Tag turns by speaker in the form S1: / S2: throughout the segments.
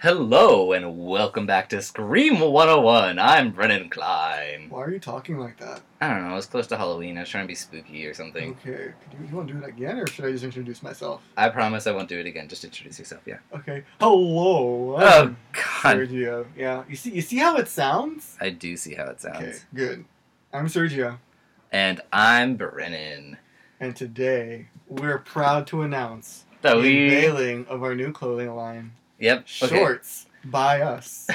S1: Hello and welcome back to Scream 101. I'm Brennan Klein.
S2: Why are you talking like that?
S1: I don't know, it's close to Halloween. I was trying to be spooky or something.
S2: Okay. Do you, you want to do it again, or should I just introduce myself?
S1: I promise I won't do it again. Just introduce yourself, yeah.
S2: Okay.
S1: Oh,
S2: Hello. I'm
S1: God.
S2: Sergio. Yeah. You see, you see how it sounds?
S1: I do see how it sounds.
S2: Okay. Good. I'm Sergio,
S1: And I'm Brennan.
S2: and today we're proud to announce
S1: That
S2: the
S1: we.
S2: unveiling of our new clothing line,
S1: Yep. Okay.
S2: shorts by us.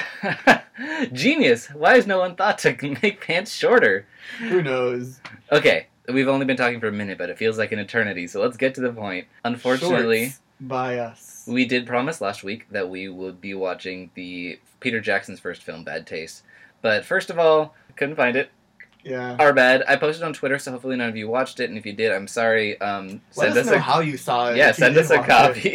S1: Genius. Why has no one thought to make pants shorter?
S2: Who knows?
S1: Okay, we've only been talking for a minute, but it feels like an eternity, so let's get to the point. Unfortunately.
S2: Shorts by us.
S1: We did promise last week that we would be watching the Peter Jackson's first film, Bad Taste. But first of all, couldn't find it.
S2: Yeah.
S1: Our bad. I posted on Twitter, so hopefully none of you watched it. And if you did, I'm sorry. Um,
S2: Let
S1: send us,
S2: us, know
S1: a
S2: how you saw it.
S1: yeah,
S2: if you
S1: send
S2: did
S1: us a
S2: watch it.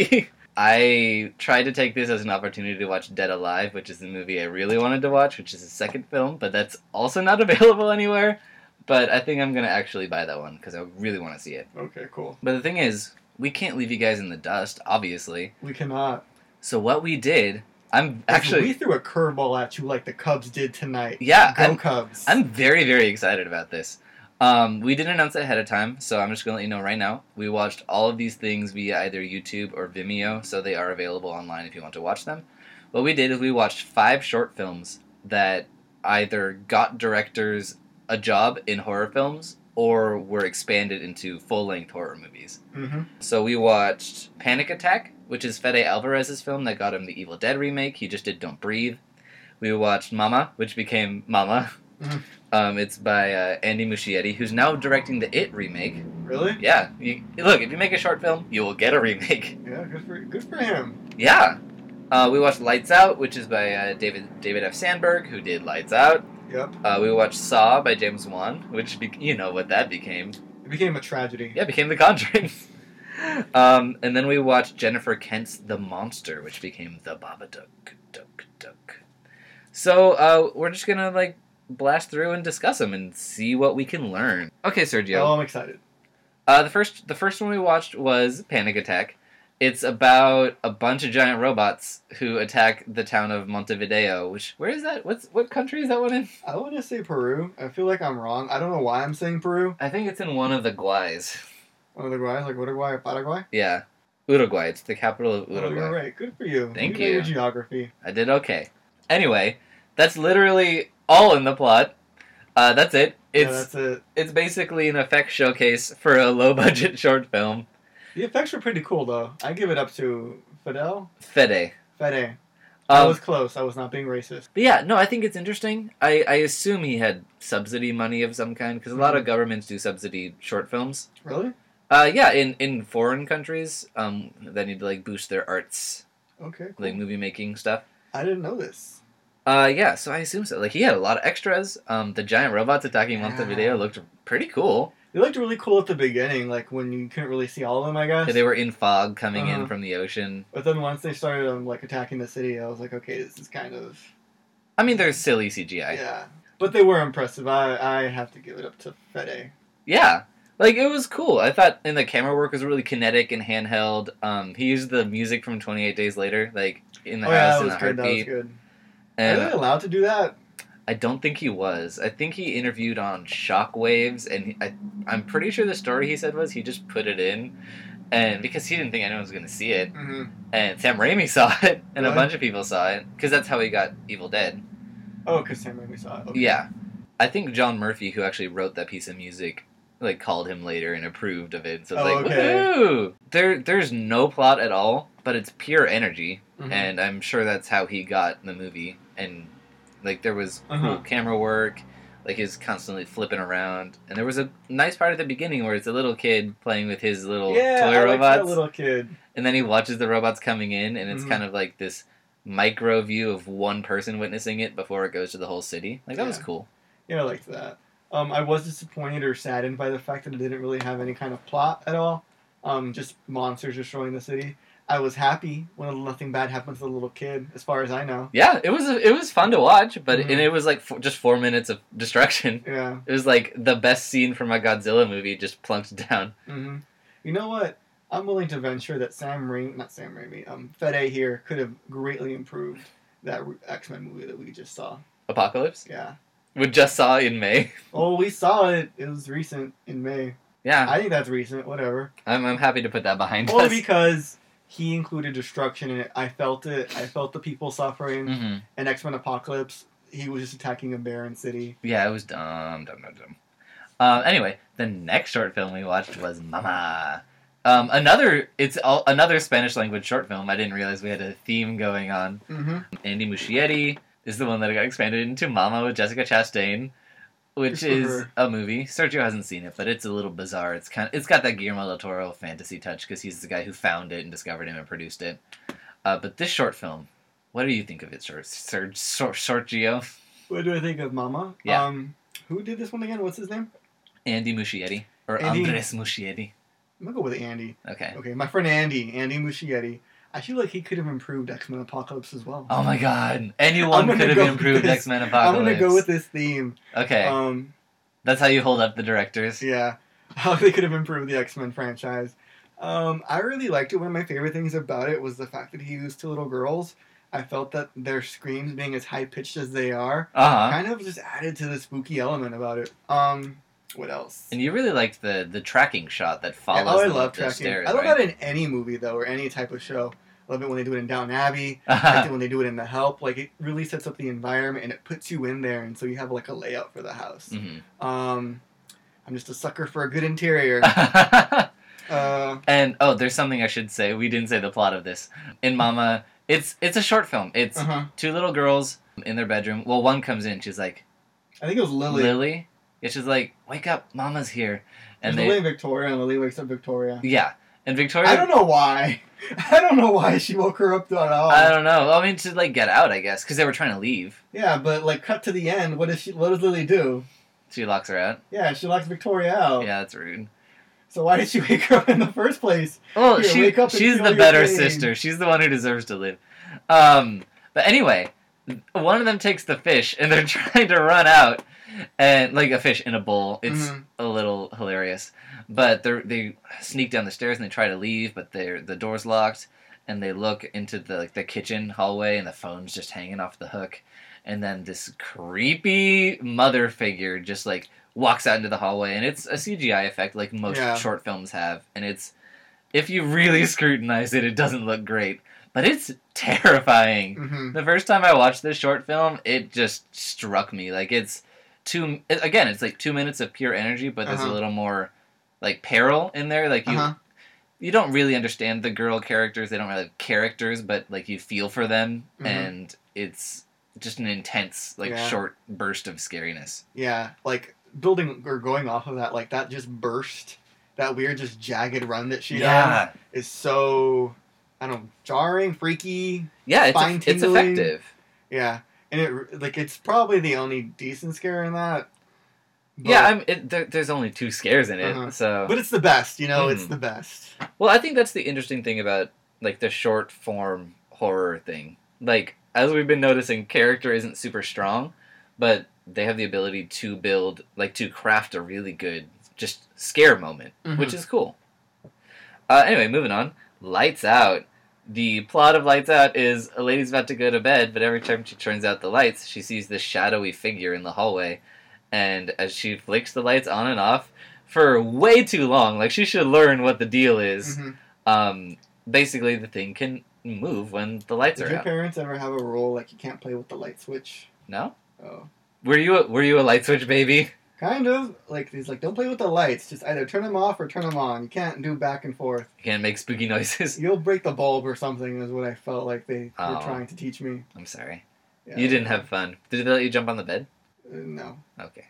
S1: copy. I tried to take this as an opportunity to watch Dead Alive, which is the movie I really wanted to watch, which is his second film, but that's also not available anywhere. But I think I'm gonna actually buy that one because I really want to see it.
S2: Okay. Cool.
S1: But the thing is, we can't leave you guys in the dust, obviously.
S2: We cannot.
S1: So what we did, I'm actually
S2: we threw a curveball at you like the Cubs did tonight.
S1: Yeah,
S2: Go
S1: I'm,
S2: Cubs.
S1: I'm very, very excited about this. Um, we didn't announce it ahead of time, so I'm just going to let you know right now. We watched all of these things via either YouTube or Vimeo, so they are available online if you want to watch them. What we did is we watched five short films that either got directors a job in horror films or were expanded into full length horror movies.
S2: hmm
S1: So we watched Panic Attack, which is Fede Alvarez's film that got him the Evil Dead remake. He just did Don't Breathe. We watched Mama, which became Mama.
S2: Mhm.
S1: Um, it's by uh, Andy Muschietti, who's now directing the It remake.
S2: Really?
S1: Yeah, you, look, if you make a short film, you will get a remake.
S2: Yeah, good for good for him.
S1: Yeah. Uh, we watched Lights Out, which is by uh, David David F. Sandberg, who did Lights Out.
S2: Yep.
S1: Uh, we watched Saw by James Wan, which be- you know what that became.
S2: It became a tragedy.
S1: Yeah, it became The Conjuring. um, and then we watched Jennifer Kent's The Monster, which became The Babadook. Duk, duk. So uh, we're just gonna like blast through and discuss them and see what we can learn. Okay, Sergio.
S2: Oh, I'm excited.
S1: Uh, the first the first one we watched was Panic Attack. It's about a bunch of giant robots who attack the town of Montevideo. Which where is that? What's what country is that one in?
S2: I want to say Peru. I feel like I'm wrong. I don't know why I'm saying Peru.
S1: I think it's in one of the Guays.
S2: Uruguay, like Uruguay or Paraguay.
S1: Yeah, Uruguay. It's the capital of
S2: Oh,
S1: Uruguay.
S2: you're right. Good for you.
S1: Thank
S2: you. know your
S1: you.
S2: geography.
S1: I did okay. Anyway, that's literally all in the plot. Uh, that's it. It's
S2: yeah, that's it.
S1: it's basically an effects showcase for a low budget short film.
S2: The effects were pretty cool though. I give it up to Fidel.
S1: Fede.
S2: Fede. I
S1: Um,
S2: was close. I was not being racist.
S1: but yeah, no, I think it's interesting. I, I assume he had subsidy money of some kind because a lot of
S2: Mm-hmm.
S1: governments do subsidy short films.
S2: Really?
S1: Uh, yeah, in in foreign countries, um, they need to like boost their arts,
S2: Okay.
S1: like movie making stuff.
S2: I didn't know this.
S1: Uh, yeah, so I assume so. Like he had a lot of extras. Um, the giant robots attacking
S2: Yeah.
S1: Montevideo looked pretty cool.
S2: They looked really cool at the beginning, like when you couldn't really see all of them. I guess.
S1: Yeah, they were in fog coming
S2: Uh-huh.
S1: in from the ocean.
S2: But then once they started um, like attacking the city, I was like, okay, this is kind of
S1: I mean, they're silly CGI. Yeah.
S2: yeah. But they were impressive. I I have to give it up to Fede.
S1: Like, it was cool. I thought, and the camera work was really kinetic and handheld. Um, he used the music from 28 Days Later, like, in the
S2: oh yeah,
S1: house
S2: that
S1: in
S2: was
S1: the
S2: good. That was
S1: heartbeat.
S2: good.
S1: And
S2: Are they allowed to do that?
S1: I don't think he was. I think he interviewed on Shockwaves, and he, I, I'm pretty sure the story he said was he just put it in. And because he didn't think anyone was going to see it,
S2: Mm-hmm.
S1: and Sam Raimi saw it, and a
S2: Really?
S1: bunch of people saw it, because that's how he got Evil Dead.
S2: Oh, because Sam Raimi saw it. Okay.
S1: Yeah. I think John Murphy, who actually wrote that piece of music, like called him later and approved of it. So it's
S2: Oh,
S1: like,
S2: okay.
S1: woohoo! There, there's no plot at all, but it's pure energy,
S2: Mhm.
S1: and I'm sure that's how he got the movie. And like, there was
S2: Uh-huh.
S1: cool camera work, like he's constantly flipping around, and there was a nice part at the beginning where it's a little kid playing with his little
S2: yeah,
S1: toy
S2: I liked
S1: robots,
S2: that little kid.
S1: and then he watches the robots coming in, and it's
S2: Mhm.
S1: kind of like this micro view of one person witnessing it before it goes to the whole city. Like that was
S2: Yeah.
S1: cool.
S2: Yeah, I liked that. Um, I was disappointed or saddened by the fact that it didn't really have any kind of plot at all. Um, just monsters destroying the city. I was happy when nothing bad happened to the little kid, as far as I know.
S1: Yeah, it was it was fun to watch, but
S2: Mhm.
S1: and it was like f- just four minutes of destruction.
S2: Yeah.
S1: It was like the best scene from a Godzilla movie just plunked down.
S2: hmm Mm-hmm. You know what? I'm willing to venture that Sam Raimi, not Sam Raimi, um, Fede here could have greatly improved that X Men movie that we just saw.
S1: Apocalypse.
S2: Yeah.
S1: We just saw in May.
S2: Oh, we saw it. It was recent in May.
S1: Yeah,
S2: I think that's recent. Whatever.
S1: I'm, I'm happy to put that behind
S2: Well,
S1: us.
S2: because he included destruction in it. I felt it. I felt the people suffering.
S1: Mhm.
S2: And X Men Apocalypse, he was just attacking a barren city.
S1: Yeah, it was dumb, dumb, dumb, dumb. Um, anyway, the next short film we watched was Mama. Um, another, it's all, another Spanish language short film. I didn't realize we had a theme going on.
S2: Mm-hmm.
S1: Andy Muschietti is the one that got expanded into Mama with Jessica Chastain, which
S2: Good for
S1: is
S2: her.
S1: a movie. Sergio hasn't seen it, but it's a little bizarre. It's kind of, it's got that Guillermo del Toro fantasy touch because he's the guy who found it and discovered him and produced it. Uh, but this short film, what do you think of it, Sir, Sir, Sor Sergio?
S2: What do I think of Mama?
S1: Yeah.
S2: Um, who did this one again? What's his name?
S1: Andy Muschietti or
S2: Andy-
S1: Andres Muschietti?
S2: I'm gonna go with Andy.
S1: Okay.
S2: Okay, my friend Andy, Andy Muschietti. I feel like he could have improved X Men Apocalypse as well.
S1: Oh my God!
S2: I'm
S1: Anyone
S2: gonna
S1: could have
S2: go
S1: improved
S2: with this.
S1: X Men
S2: I'm
S1: Apocalypse.
S2: gonna go with this theme.
S1: Okay,
S2: Um,
S1: that's how you hold up the directors.
S2: yeah, how they could have improved the X Men franchise. Um, I really liked it. One of my favorite things about it was the fact that he used two little girls. I felt that their screams, being as high pitched as they are,
S1: Uh huh.
S2: kind of just added to the spooky element about it. Um, what else?
S1: And you really liked the the tracking shot that
S2: Yeah,
S1: follows.
S2: oh, I
S1: them
S2: love
S1: up their
S2: tracking.
S1: Stairs,
S2: I love
S1: right?
S2: that in any movie though, or any type of show. I love it when they do it in Down Abbey. I like
S1: Uh-huh.
S2: it when they do it in the help like it really sets up the environment and it puts you in there and so you have like a layout for the house
S1: Mhm.
S2: um i'm just a sucker for a good interior
S1: Uh-huh.
S2: uh
S1: Mm-hmm. and oh, there's something I should say. We didn't say the plot of this. In Mama, it's it's a short film. It's
S2: uh-huh.
S1: two little girls in their bedroom. Well, one comes in. She's like
S2: i think it was lily,
S1: Lily. Yeah, she's like, wake up, Mama's here.
S2: and
S1: And
S2: lily
S1: they
S2: and victoria and lily wakes up victoria
S1: yeah. And Victoria.
S2: i don't know why i don't know why she woke her up at all
S1: I don't know. I mean, to like get out, I guess, because they were trying to leave.
S2: yeah but like cut to the end what does she what does lily do
S1: She locks her out.
S2: yeah she locks victoria out
S1: Yeah, that's rude.
S2: so why did she wake her up in the first place
S1: Well,
S2: Here, wake up
S1: Oh, she,
S2: and
S1: she's
S2: feel
S1: the
S2: your
S1: better
S2: pain.
S1: sister. She's the one who deserves to live. Um, but anyway, one of them takes the fish and they're trying to run out, and like a fish in a bowl. It's
S2: Mhm.
S1: a little hilarious. But they they sneak down the stairs and they try to leave, but they the door's locked. And they look into the like the kitchen hallway, and the phone's just hanging off the hook. And then this creepy mother figure just like walks out into the hallway, and it's a CGI effect like most
S2: Yeah.
S1: short films have. And it's if you really scrutinize it, it doesn't look great, but it's terrifying
S2: mm-hmm.
S1: the first time I watched this short film, it just struck me. Like it's two it- again, it's like two minutes of pure energy, but there's
S2: Uh-huh.
S1: a little more like peril in there. Like you
S2: Uh-huh.
S1: you don't really understand the girl characters; they don't really have characters, but like you feel for them,
S2: Mhm.
S1: and it's just an intense like
S2: Yeah.
S1: short burst of scariness.
S2: Yeah, like building or going off of that, like that just burst, that weird just jagged run that she has is so I don't know, jarring, freaky.
S1: yeah,
S2: Spine
S1: it's, it's
S2: tingling.
S1: effective.
S2: Yeah, and it like it's probably the only decent scare in that. But,
S1: yeah, I'm, it, there, there's only two scares in it,
S2: Uh-huh.
S1: so
S2: but it's the best. You know, it's
S1: Mhm.
S2: the best.
S1: Well, I think that's the interesting thing about like the short form horror thing. Like as we've been noticing, character isn't super strong, but they have the ability to build like to craft a really good just scare moment,
S2: Mhm.
S1: which is cool. Uh, anyway, moving on. Lights out. The plot of Lights Out is a lady's about to go to bed, but every time she turns out the lights, she sees this shadowy figure in the hallway, and as she flicks the lights on and off for way too long, like she should learn what the deal is
S2: Mhm.
S1: um, basically the thing can move when the lights
S2: Did
S1: are
S2: your
S1: out.
S2: parents ever have a rule like you can't play with the light switch?
S1: No,
S2: Oh,
S1: were you a, were you a light switch baby?
S2: kind of like he's like don't play with the lights. Just either turn them off or turn them on. You can't do back and forth.
S1: You can't make spooky noises.
S2: You'll break the bulb or something is what I felt like they
S1: Oh.
S2: were trying to teach me.
S1: I'm sorry,
S2: Yeah.
S1: you didn't have fun. Did they let you jump on the bed?
S2: Uh, no.
S1: Okay.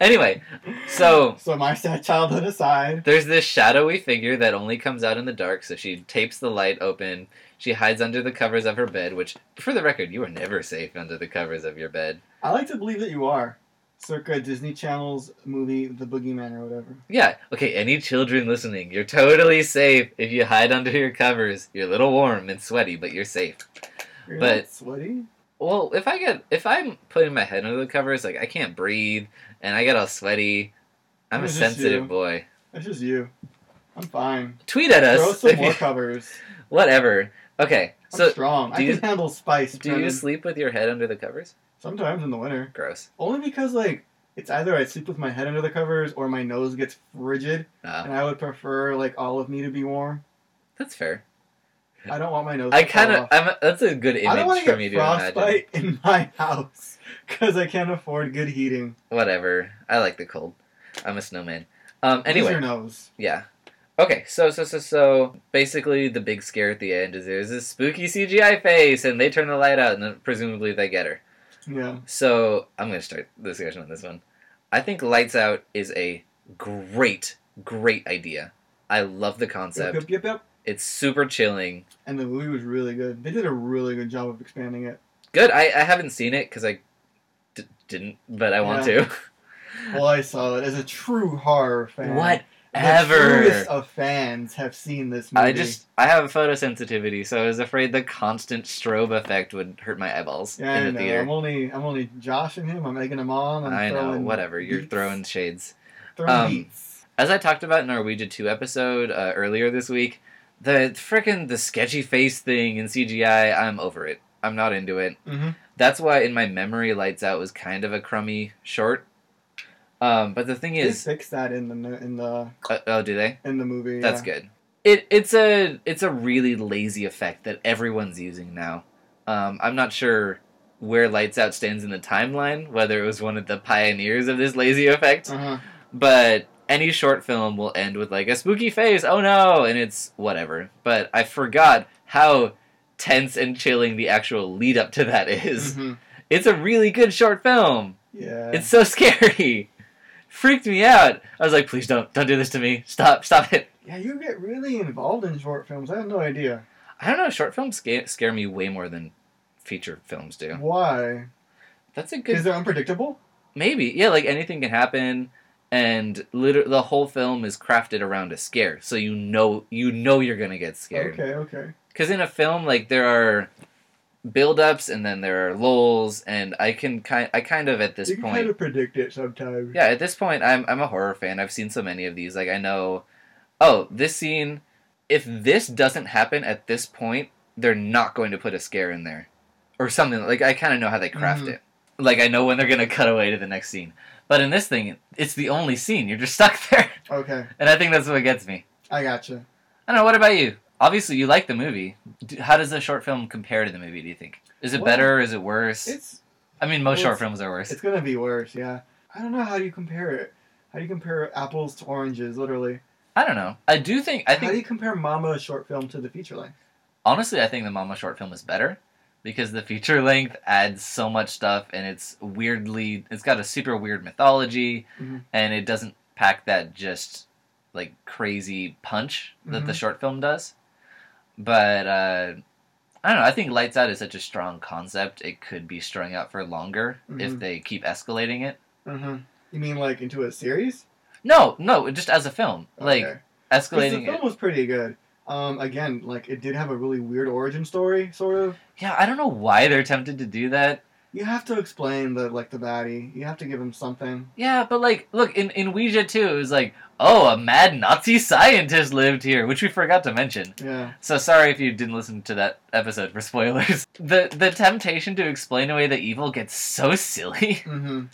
S1: Anyway, so
S2: So my sad childhood aside.
S1: there's this shadowy figure that only comes out in the dark. So she tapes the light open. She hides under the covers of her bed, which, for the record, you are never safe under the covers of your bed.
S2: I like to believe that you are. Circa Disney Channel's movie The Boogeyman or whatever.
S1: Yeah. Okay. Any children listening, you're totally safe if you hide under your covers. You're a little warm and sweaty, but you're safe.
S2: You're
S1: But-
S2: not sweaty?
S1: Well, if I get if I'm putting my head under the covers, like I can't breathe and I get all sweaty, I'm a
S2: It's just
S1: sensitive
S2: you.
S1: boy.
S2: That's just you. I'm fine.
S1: Tweet at
S2: Throw
S1: us.
S2: some
S1: if you-
S2: more covers.
S1: whatever. Okay,
S2: I'm
S1: so
S2: strong.
S1: do
S2: I
S1: you-
S2: can handle spice.
S1: do you
S2: Brennan.
S1: sleep with your head under the covers?
S2: Sometimes in the winter,
S1: Gross.
S2: only because like it's either I sleep with my head under the covers or my nose gets frigid,
S1: Uh,
S2: and I would prefer like all of me to be warm.
S1: that's fair.
S2: I don't want my nose.
S1: I
S2: to fall
S1: kind of.
S2: off.
S1: I'm. That's a good
S2: I don't
S1: image
S2: want
S1: for
S2: to
S1: me
S2: get
S1: to imagine.
S2: frostbite in my house because I can't afford good heating.
S1: Whatever. I like the cold. I'm a snowman. Um.
S2: Use
S1: Anyway.
S2: your nose.
S1: Yeah. Okay, so so so so basically the big scare at the end is there's this spooky CGI face and they turn the light out and then presumably they get her.
S2: Yeah,
S1: So I'm gonna start the discussion on this one. I think lights out is a great, great idea. I love the
S2: yep,
S1: concept.
S2: yep, yep, yep.
S1: It's super chilling.
S2: And the movie was really good. They did a really good job of expanding it.
S1: Good. I, I haven't seen it because I d- didn't, but I want to.
S2: Well, I saw it as a true horror fan. The
S1: Whatever.
S2: truest of fans have seen this movie.
S1: I just I have photosensitivity, so I was afraid the constant strobe effect would hurt my eyeballs
S2: yeah,
S1: in
S2: I
S1: the
S2: know.
S1: theater.
S2: I'm only I'm only joshing him. I'm egging him on. I'm
S1: I know,
S2: throwing
S1: whatever. You're
S2: beats-
S1: throwing shades.
S2: throwing
S1: um,
S2: beats.
S1: As I talked about in our Ouija 2 episode uh, earlier this week, the frickin' the sketchy face thing in CGI, I'm over it. I'm not into it.
S2: Mhm.
S1: That's why in my memory, Lights Out was kind of a crummy short. Um, but the thing
S2: They
S1: is,
S2: fixed that in the in the
S1: uh, oh, do they?
S2: in the movie.
S1: That's
S2: yeah.
S1: good. It it's a it's a really lazy effect that everyone's using now. Um, I'm not sure where Lights Out stands in the timeline, whether it was one of the pioneers of this lazy effect,
S2: Uh-huh.
S1: but any short film will end with like a spooky face, oh no, and it's whatever. But I forgot how tense and chilling the actual lead up to that is.
S2: Mhm.
S1: It's a really good short film.
S2: Yeah.
S1: It's so scary. Freaked me out. I was like, please don't don't do this to me. Stop, stop it.
S2: yeah, you get really involved in short films. I have no idea
S1: I don't know. Short films scare, scare me way more than feature films do.
S2: why.
S1: That's a
S2: Because
S1: good
S2: they're unpredictable.
S1: maybe. Yeah, like anything can happen, and liter- the whole film is crafted around a scare, so you know you know you're gonna get scared.
S2: Okay, okay.
S1: Because in a film, like there are build-ups and then there are lulls, and I can kind I kind of at this
S2: you can
S1: point
S2: kind of predict it sometimes.
S1: yeah at this point i'm i'm a horror fan i've seen so many of these like i know oh this scene if this doesn't happen at this point they're not going to put a scare in there or something like i kind of know how they craft
S2: Mhm.
S1: it like i know when they're going to cut away to the next scene but in this thing it's the only scene you're just stuck there
S2: Okay,
S1: and i think that's what gets me
S2: I gotcha.
S1: i don't know what about you obviously you like the movie D- how does the short film compare to the movie do you think is it
S2: Well,
S1: better or is it worse
S2: It's
S1: i mean most short
S2: it's-
S1: films are worse
S2: It's gonna be worse, yeah. I don't know how do you compare it. How do you compare apples to oranges, literally?
S1: i don't know i do think i think
S2: how do you compare Mama's short film to the feature length?
S1: honestly, I think the Mama short film is better because the feature length adds so much stuff and it's weirdly, it's got a super weird mythology
S2: Mhm.
S1: and it doesn't pack that just like crazy punch that the
S2: Mhm.
S1: short film does. But uh, I don't know. I think Lights Out is such a strong concept; it could be strung out for longer if
S2: Mhm.
S1: they keep escalating it.
S2: Mm-hmm. You mean like into a series?
S1: No, no, just as a film, like
S2: Okay. 'Cause the
S1: escalating
S2: film
S1: it.
S2: was pretty good. Um, again, like it did have a really weird origin story, sort of.
S1: Yeah, I don't know why they're tempted to do that.
S2: You have to explain the like the baddie. You have to give him something.
S1: Yeah, but like, look in in Ouija too. It was like, oh, a mad Nazi scientist lived here, which we forgot to mention.
S2: Yeah.
S1: So sorry if you didn't listen to that episode for spoilers. the The temptation to explain away the evil gets so silly,
S2: Mm-hmm.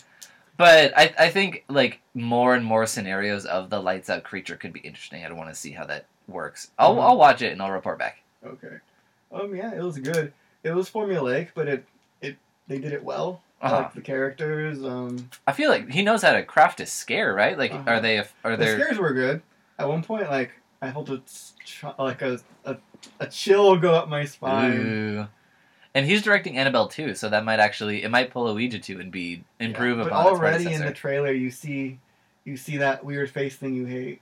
S1: but I I think like more and more scenarios of the lights out creature could be interesting. I'd want to see how that works. I'll
S2: Mhm.
S1: I'll watch it and I'll report back.
S2: Okay. Um. Yeah. It was good. It was formulaic, but it it they did it well. I
S1: Uh-huh.
S2: Like the characters. Um.
S1: I feel like he knows how to craft a scare, right? Like,
S2: Uh-huh.
S1: are they a- are
S2: The
S1: there?
S2: scares were good. At one point, like I felt a ch- like a, a a chill go up my spine.
S1: Ooh. And he's directing Annabelle too, so that might actually it might pull a Ouija two and be improve
S2: Yeah, But
S1: upon
S2: already
S1: its
S2: in
S1: predecessor.
S2: the trailer, you see you see that weird face thing you hate.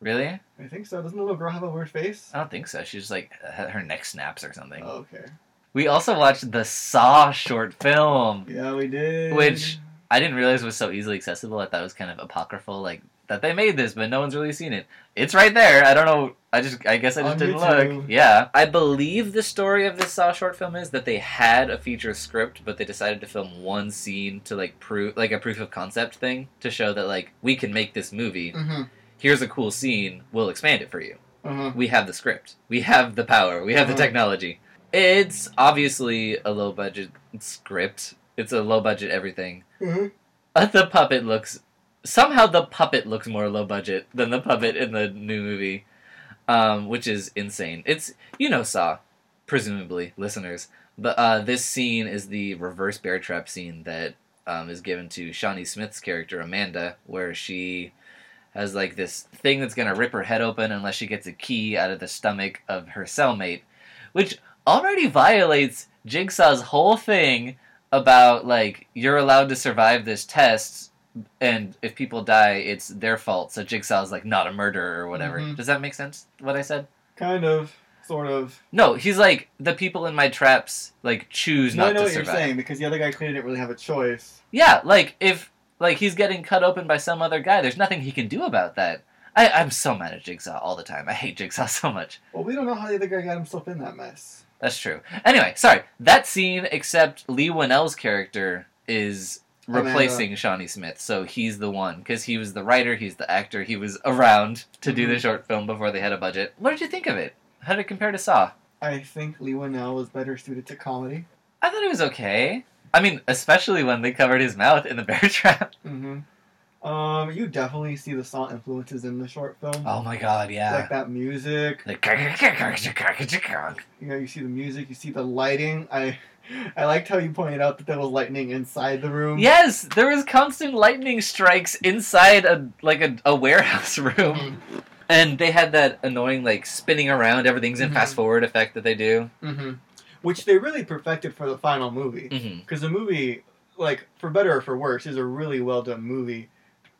S1: really?
S2: I think so. Doesn't the little girl have a weird face?
S1: I don't think so. She's like h- her neck snaps or something.
S2: Oh, okay.
S1: We also watched the Saw short film.
S2: Yeah, we did.
S1: Which- I didn't realize it was so easily accessible. I thought it was kind of apocryphal, like that they made this, but no one's really seen it. It's right there. I don't know. I just I guess I just
S2: On
S1: didn't
S2: YouTube.
S1: look. Yeah. I believe the story of this Saw short film is that they had a feature script, but they decided to film one scene to like prove like a proof of concept thing to show that like we can make this movie.
S2: hmm
S1: here's a cool scene, we'll expand it for you.
S2: Uh-huh.
S1: We have the script, we have the power, we have the
S2: Uh-huh.
S1: technology. It's obviously a low budget script, it's a low budget everything.
S2: Mhm.
S1: But Uh, the puppet looks somehow the puppet looks more low budget than the puppet in the new movie, um, which is insane. It's you know Saw, presumably listeners, but uh, this scene is the reverse bear trap scene that um, is given to Shawnee Smith's character Amanda, where she has like this thing that's gonna rip her head open unless she gets a key out of the stomach of her cellmate, which already violates Jigsaw's whole thing about like you're allowed to survive this test and if people die it's their fault so jigsaw's like not a murderer or whatever
S2: Mhm.
S1: does that make sense what i said
S2: Kind of, sort of.
S1: no he's like the people in my traps like choose
S2: No,
S1: not
S2: I know
S1: to
S2: what
S1: survive
S2: you're saying because the other guy clearly didn't really have a choice.
S1: yeah like if like he's getting cut open by some other guy there's nothing he can do about that I, i'm so mad at jigsaw all the time i hate jigsaw so much
S2: Well, we don't know how the other guy got himself in that mess.
S1: That's true. Anyway, sorry. That scene, except Lee Winnell's character is
S2: Amanda.
S1: replacing Shawnee Smith, so he's the one because he was the writer, he's the actor, he was around to do the
S2: Mhm.
S1: short film before they had a budget. What did you think of it? How did it compare to Saw?
S2: I think Lee Winnell was better suited to comedy.
S1: I thought it was okay. I mean, especially when they covered his mouth in the bear trap.
S2: hmm Um, you definitely see the Saw influences in the short film.
S1: Oh my god, yeah.
S2: Like that music.
S1: Like,
S2: You know, you see the music, you see the lighting. I I liked how you pointed out that there was lightning inside the room.
S1: yes, there was constant lightning strikes inside a like a, a warehouse room.
S2: Mm-hmm.
S1: And they had that annoying like spinning around everything's in
S2: Mhm.
S1: fast forward effect that they do.
S2: Which they really perfected for the final movie.
S1: hmm
S2: Because the movie, like, for better or for worse, is a really well done movie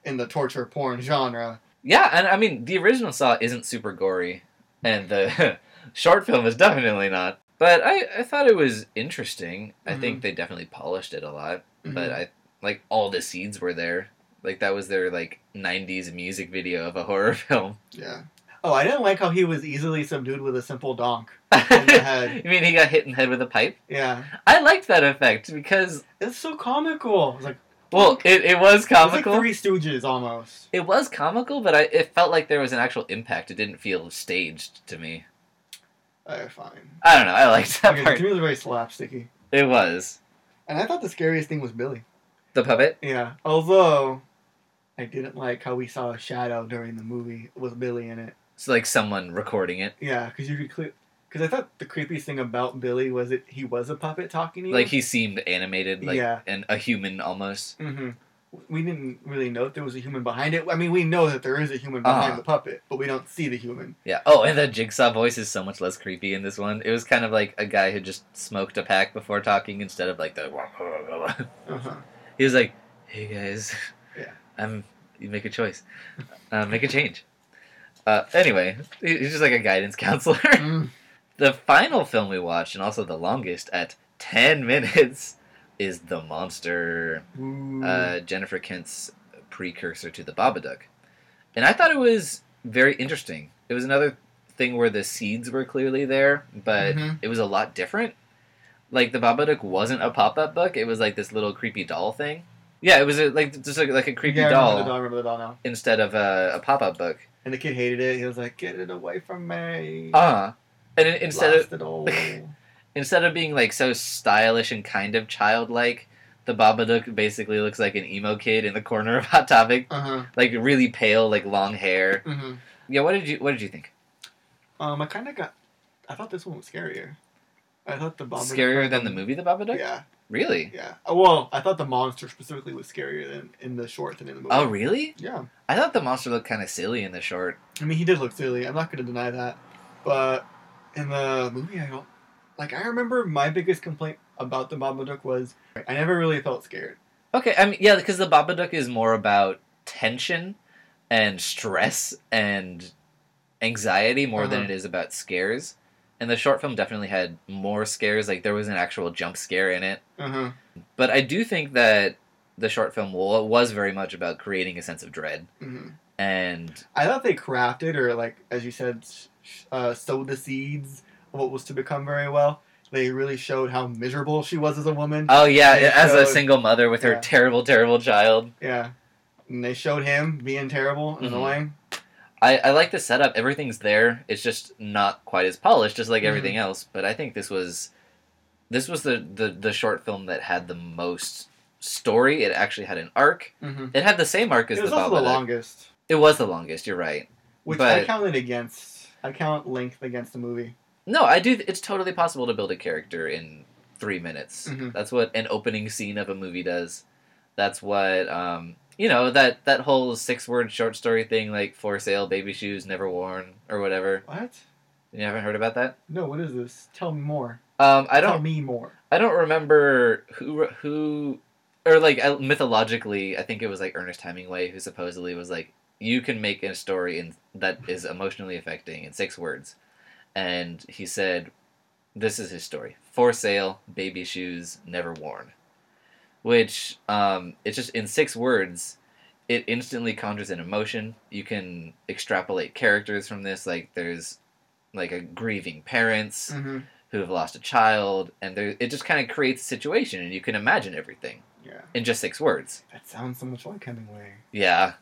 S2: in the torture porn genre.
S1: Yeah, and I mean the original Saw isn't super gory, and the short film is definitely not. But I, I thought it was interesting. I
S2: Mm-hmm.
S1: think they definitely polished it a lot. But I like all the seeds were there. Like that was their like '90s music video of a horror film.
S2: Yeah. Oh, I didn't like how he was easily subdued with a simple donk.
S1: I
S2: head.
S1: mean, he got hit in the head with a pipe.
S2: Yeah.
S1: I liked that effect because,
S2: It's so comical. It's like,
S1: well, it, it was
S2: comical?
S1: comical.
S2: like Three Stooges almost.
S1: It was comical, but I, it felt like there was an actual impact. It didn't feel staged to me.
S2: Uh, fine.
S1: I don't know. I liked that
S2: Okay,
S1: part.
S2: to me, it was very slapsticky.
S1: It was
S2: And I thought the scariest thing was Billy.
S1: the puppet.
S2: Yeah. Although, I didn't like how we saw a shadow during the movie with Billy in it.
S1: It's like someone recording it.
S2: Yeah, because you could clear. Because I thought the creepiest thing about Billy was that he was a puppet talking to you.
S1: Like he seemed animated, like
S2: Yeah.
S1: and a human almost.
S2: hmm We didn't really know if there was a human behind it. I mean, we know that there is a human behind
S1: Uh-huh.
S2: the puppet, but we don't see the human.
S1: Yeah. Oh, and the jigsaw voice is so much less creepy in this one. It was kind of like a guy who just smoked a pack before talking instead of like the.
S2: Uh-huh.
S1: he was like, "Hey guys,
S2: Yeah.
S1: I'm. You make a choice, uh, make a change." Uh, anyway, he- he's just like a guidance counselor.
S2: Mm.
S1: The final film we watched, and also the longest at 10 minutes, is The Monster,
S2: Ooh.
S1: uh, Jennifer Kent's precursor to The Babadook. And I thought it was very interesting. It was another thing where the seeds were clearly there, but
S2: Mhm.
S1: it was a lot different. Like, The Babadook wasn't a pop up book, it was like this little creepy doll thing. Yeah, it was a, like just like, like a creepy
S2: yeah, I
S1: doll,
S2: Remember the doll. I remember the doll now.
S1: instead of a, a pop up book.
S2: And the kid hated it. He was like, "Get it away from me!"
S1: Uh, and in- instead of
S2: Blast it all.
S1: instead of being like so stylish and kind of childlike, the Babadook basically looks like an emo kid in the corner of Hot Topic,
S2: uh huh.
S1: like really pale, like long hair.
S2: hmm
S1: Yeah, what did you what did you think?
S2: Um, I kind of got. I thought this one was scarier. I thought the bomber
S1: Scarier than the movie The Babadook?
S2: Yeah,
S1: Really?
S2: yeah. Uh, Well, I thought the monster specifically was scarier than in the short than in the movie.
S1: Oh, really?
S2: Yeah.
S1: I thought the monster looked kind of silly in the short.
S2: I mean, he did look silly. I'm not going to deny that. But in the movie, I don't. Like, I remember my biggest complaint about the Babadook was I never really felt scared.
S1: Okay, I mean, yeah, because the Babadook is more about tension and stress and anxiety more than
S2: Uh-huh.
S1: it is about scares. And the short film definitely had more scares. Like there was an actual jump scare in it.
S2: Uh
S1: Uh-huh,
S2: huh.
S1: But I do think that the short film wa- was very much about creating a sense of dread.
S2: hmm
S1: And
S2: I thought they crafted or like as you said, sh- sh- uh, sowed the seeds of what was to become very well. They really showed how miserable she was as a woman.
S1: oh yeah,
S2: They
S1: as a
S2: showed-
S1: single mother with her
S2: yeah.
S1: terrible, terrible child.
S2: Yeah. And they showed him being terrible and
S1: Mhm.
S2: annoying.
S1: I, I like the setup. Everything's there. It's just not quite as polished, just
S2: Mm-hmm.
S1: like everything else. But I think this was, this was the, the the short film that had the most story. It actually had an arc.
S2: Mm-hmm.
S1: It had the same arc as
S2: It was
S1: the
S2: also the
S1: Babadook.
S2: longest,
S1: It was the longest. You're right.
S2: which I
S1: But-
S2: count it against. I count length against the movie.
S1: No, I do. It's totally possible to build a character in three minutes.
S2: Mhm.
S1: That's what an opening scene of a movie does. That's what um, you know that that whole six word short story thing, like for sale, baby shoes, never worn, or whatever.
S2: What?
S1: You haven't heard about that?
S2: No, what is this? Tell me more.
S1: Um, I don't.
S2: Tell me more.
S1: I don't remember who who or like I- mythologically. I think it was like Ernest Hemingway who supposedly was like, "You can make a story in, that is emotionally affecting in six words," and he said, "This is his story: for sale, baby shoes, never worn," which um, it's just in six words. It instantly conjures an emotion. You can extrapolate characters from this. Like there's like a grieving parents
S2: Mm-hmm.
S1: who have lost a child, and there, it just kind of creates a situation, and you can imagine everything
S2: Yeah,
S1: in just six words.
S2: that sounds so much like Hemingway.
S1: Yeah,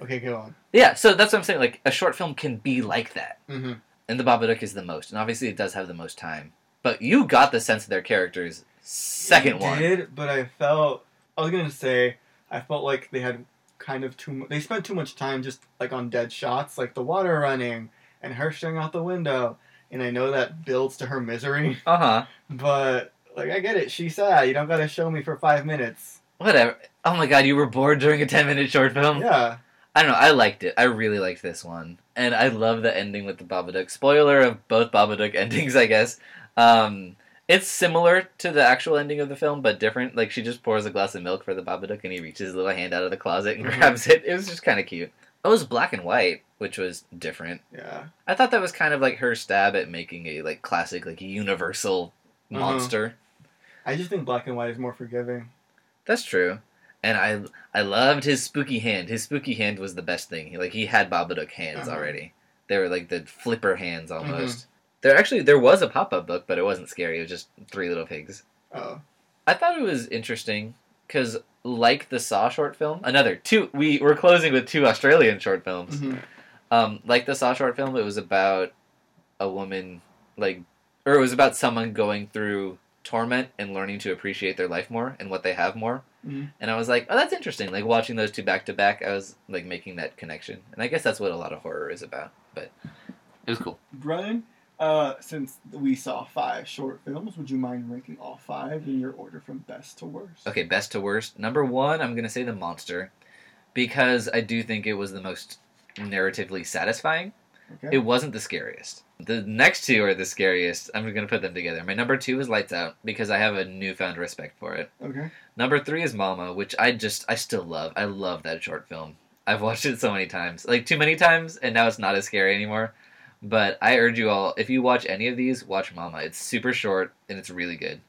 S2: Okay, go on.
S1: yeah. So that's what I'm saying. Like a short film can be like that,
S2: Mm-hmm.
S1: and The Babadook is the most, and obviously it does have the most time. But you got the sense of their characters second
S2: It
S1: one.
S2: Did but I felt I was gonna say I felt like they had kind of too. mu- They spent too much time just like on dead shots, like the water running and her staring out the window. And I know that builds to her misery,
S1: Uh huh.
S2: but like I get it. She's sad. You don't gotta show me for five minutes.
S1: Whatever. Oh my god, you were bored during a ten minute short film.
S2: yeah.
S1: I don't know. I liked it. I really liked this one, and I love the ending with the Babadook. Spoiler of both Babadook endings, I guess. Um, it's similar to the actual ending of the film, but different. Like she just pours a glass of milk for the Babadook, and he reaches his little hand out of the closet and
S2: Mhm.
S1: grabs it. It was just kind of cute. It was black and white, which was different.
S2: Yeah.
S1: I thought that was kind of like her stab at making a like classic, like universal
S2: Uh-huh.
S1: monster.
S2: I just think black and white is more forgiving.
S1: That's true. And I I loved his spooky hand. His spooky hand was the best thing. He- Like he had Babadook hands
S2: Uh-huh.
S1: already. They were like the flipper hands almost. There actually there was a pop up book, but it wasn't scary. It was just three little pigs.
S2: Oh.
S1: I thought it was interesting because like the Saw short film, another two. We we're closing with two Australian short films.
S2: Mm-hmm.
S1: Um, like the Saw short film, it was about a woman like, or it was about someone going through torment and learning to appreciate their life more and what they have more.
S2: Mhm.
S1: And I was like, oh, that's interesting. Like watching those two back to back, I was like making that connection. And I guess that's what a lot of horror is about. But it was cool.
S2: Brian, uh, since we saw five short films, would you mind ranking all five in your order from best to worst?
S1: Okay, best to worst. Number one, I'm gonna say the monster, because I do think it was the most narratively satisfying.
S2: Okay.
S1: It wasn't the scariest. The next two are the scariest. I'm going to put them together. My number two is Lights Out because I have a newfound respect for it.
S2: okay.
S1: Number three is Mama, which I just, I still love. I love that short film. I've watched it so many times, like too many times, and now it's not as scary anymore. But I urge you all, if you watch any of these, watch Mama. It's super short and it's really good.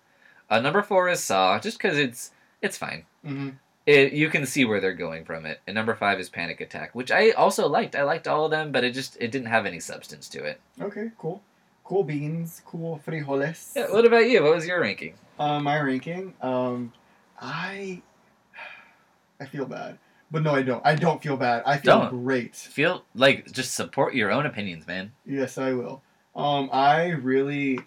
S1: Uh, number four is Saw, just because it's it's fine.
S2: Mm-hmm.
S1: It, you can see where they're going from it. And number five is Panic Attack, which I also liked. I liked all of them, but it just it didn't have any substance to it.
S2: Okay, cool. Cool beans, cool frijoles.
S1: Yeah, what about you? What was your ranking?
S2: uh, my ranking, um, I, I feel bad, but no, I don't. I don't feel bad. I feel
S1: Don't.
S2: great.
S1: Feel like just support your own opinions, man.
S2: Yes, I will. Um, I really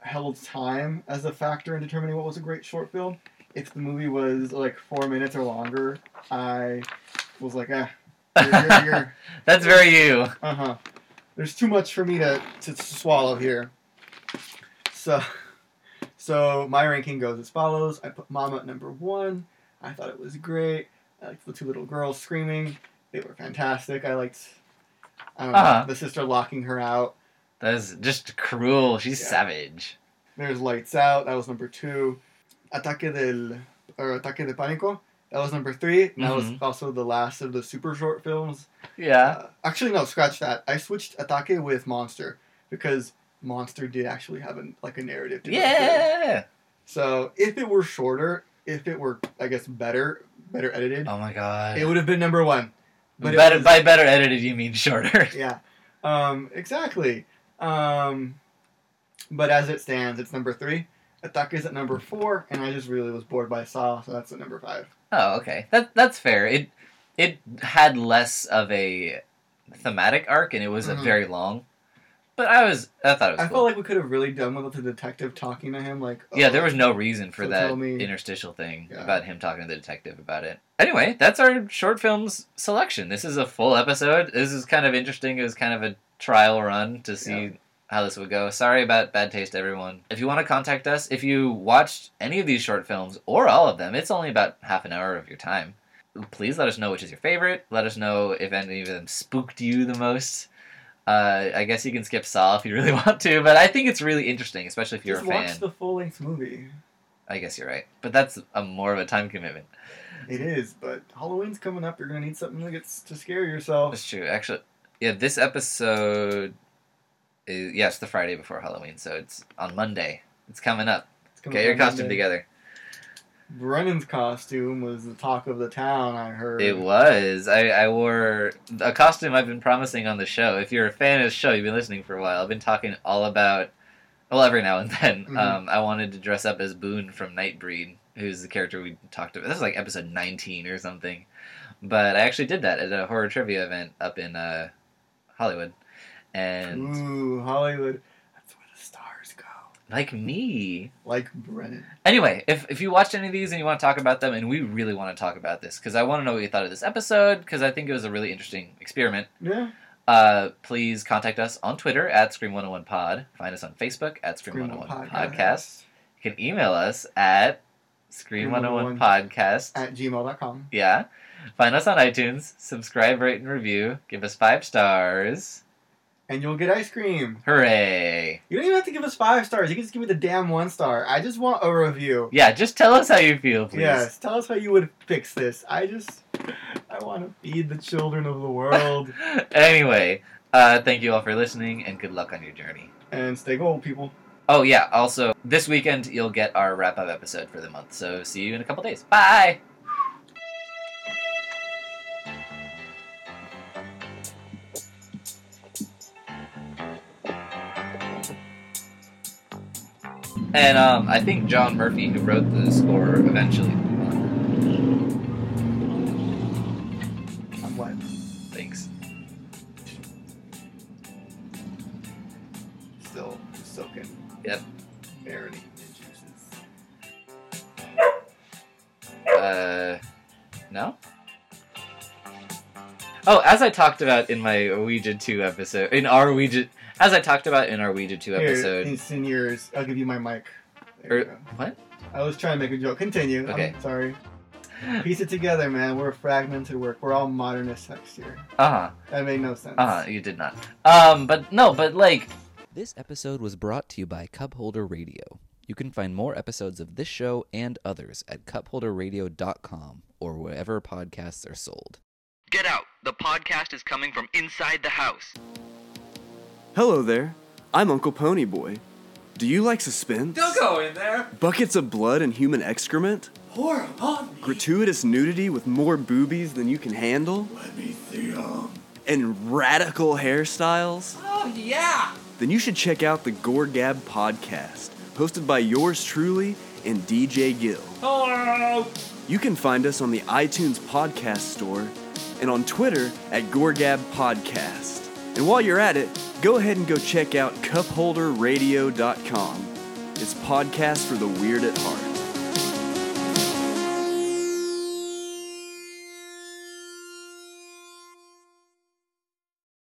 S2: held time as a factor in determining what was a great short film. If the movie was like four minutes or longer, I was like, ah, you're, you're, you're,
S1: That's very you.
S2: Uh huh. There's too much for me to, to swallow here. So, so my ranking goes as follows. I put Mama at number one. I thought it was great. I liked the two little girls screaming. They were fantastic. I liked, I don't know,
S1: Uh-huh.
S2: the sister locking her out.
S1: That is just cruel. She's
S2: Yeah.
S1: savage.
S2: There's lights out. That was number two. Ataque del or Ataque de Pánico. That was number three. And That was
S1: Mhm.
S2: also the last of the super short films.
S1: Yeah.
S2: Uh, actually, no, scratch that. I switched Atake with Monster because Monster did actually have an, like a narrative. To go through.
S1: Yeah.
S2: So if it were shorter, if it were, I guess, better, better edited,
S1: Oh my god.
S2: it would have been number one. But it
S1: better
S2: was-
S1: by better edited, you mean shorter.
S2: yeah, um, exactly. Um, but as it stands, it's number three. Atake is at number four, and I just really was bored by Saw, so that's at number five.
S1: Oh, okay. That that's fair. It it had less of a thematic arc, and it was
S2: Mhm.
S1: a very long. But I was I thought it was
S2: I
S1: cool.
S2: felt like we could have really done without the detective talking to him. Like,
S1: yeah,
S2: oh,
S1: there was no reason for
S2: So
S1: that
S2: tell me-
S1: interstitial thing
S2: Yeah.
S1: about him talking to the detective about it. Anyway, that's our short films selection. This is a full episode. This is kind of interesting. It was kind of a trial run to see
S2: Yeah.
S1: how this would go. Sorry about bad taste, everyone. If you want to contact us, if you watched any of these short films or all of them, it's only about half an hour of your time. Please let us know which is your favorite. Let us know if any of them spooked you the most. Uh, I guess you can skip Saw if you really want to, but I think it's really interesting, especially if you're
S2: Just
S1: a fan.
S2: watch the full length movie.
S1: I guess you're right, but that's a more of a time commitment.
S2: It is, but Halloween's coming up. You're gonna need something to get to scare yourself.
S1: That's true. Actually, yeah, this episode is yes, the Friday before Halloween, so it's on Monday. It's coming up.
S2: It's coming
S1: Get your
S2: up
S1: costume
S2: Monday.
S1: together.
S2: Brennan's costume was the talk of the town. I heard.
S1: It was. I, I wore a costume I've been promising on the show. If you're a fan of the show, you've been listening for a while. I've been talking all about. Well, every now and then,
S2: Mhm.
S1: um, I wanted to dress up as Boone from Nightbreed, who's the character we talked about. This was like episode 19 or something. But I actually did that at a horror trivia event up in uh, Hollywood. And
S2: Ooh, Hollywood. That's where the stars go.
S1: like me,
S2: Like Brennan.
S1: Anyway, if, if you watched any of these and you want to talk about them, and we really want to talk about this because I want to know what you thought of this episode because I think it was a really interesting experiment.
S2: Yeah.
S1: Uh, please contact us on Twitter at Scream 101 Pod. Find us on Facebook at Scream, 101 Podcast. You can email us at Scream 101 Podcast.
S2: at gmail.com.
S1: Yeah. Find us on iTunes. Subscribe, rate, and review. Give us five stars.
S2: And you'll get ice cream.
S1: Hooray.
S2: You don't even have to give us five stars. You can just give me the damn one star. I just want a review.
S1: Yeah, just tell us how you feel, please.
S2: Yes. Tell us how you would fix this. I just, I want to feed the children of the world
S1: anyway, uh, thank you all for listening and good luck on your journey.
S2: and stay gold, people.
S1: Oh yeah, also this weekend you'll get our wrap up episode for the month. So see you in a couple days. Bye. And um, I think John Murphy, who wrote the score, eventually
S2: I'm wet.
S1: thinks
S2: Still soaking.
S1: Yep.
S2: Marinate the juices.
S1: Uh, no. Oh, as I talked about in my Ouija two episode, in our Ouija, as I talked about in our Ouija two
S2: Here,
S1: episode,
S2: it's in yours. I'll give you my mic. There you
S1: Er-
S2: go.
S1: what?
S2: I was trying to make a joke. Continue. I'm
S1: Okay.
S2: sorry. Piece it together, man. We're a fragmented work. We're all modernist next year.
S1: Uh huh.
S2: That made no sense.
S1: Uh huh. You did not. Um, but no, but like
S3: This episode was brought to you by Cupholder Radio. You can find more episodes of this show and others at cupholderradio.com or wherever podcasts are sold.
S4: Get out. The podcast is coming from inside the house.
S5: Hello there. I'm Uncle Ponyboy. Do you like suspense? Don't go in there. Buckets of blood and human excrement?
S6: Pour upon me.
S5: Gratuitous nudity with more boobies than you can handle?
S6: Let me see 'em.
S5: And radical hairstyles?
S6: Oh, yeah.
S5: Then you should check out the Gore Gab podcast, hosted by yours truly and DJ Gill.
S6: Hello.
S5: You can find us on the iTunes Podcast Store and on Twitter at Gorgab Podcast. And while you're at it, go ahead and go check out cupholderradio.com. It's podcast for the weird at heart.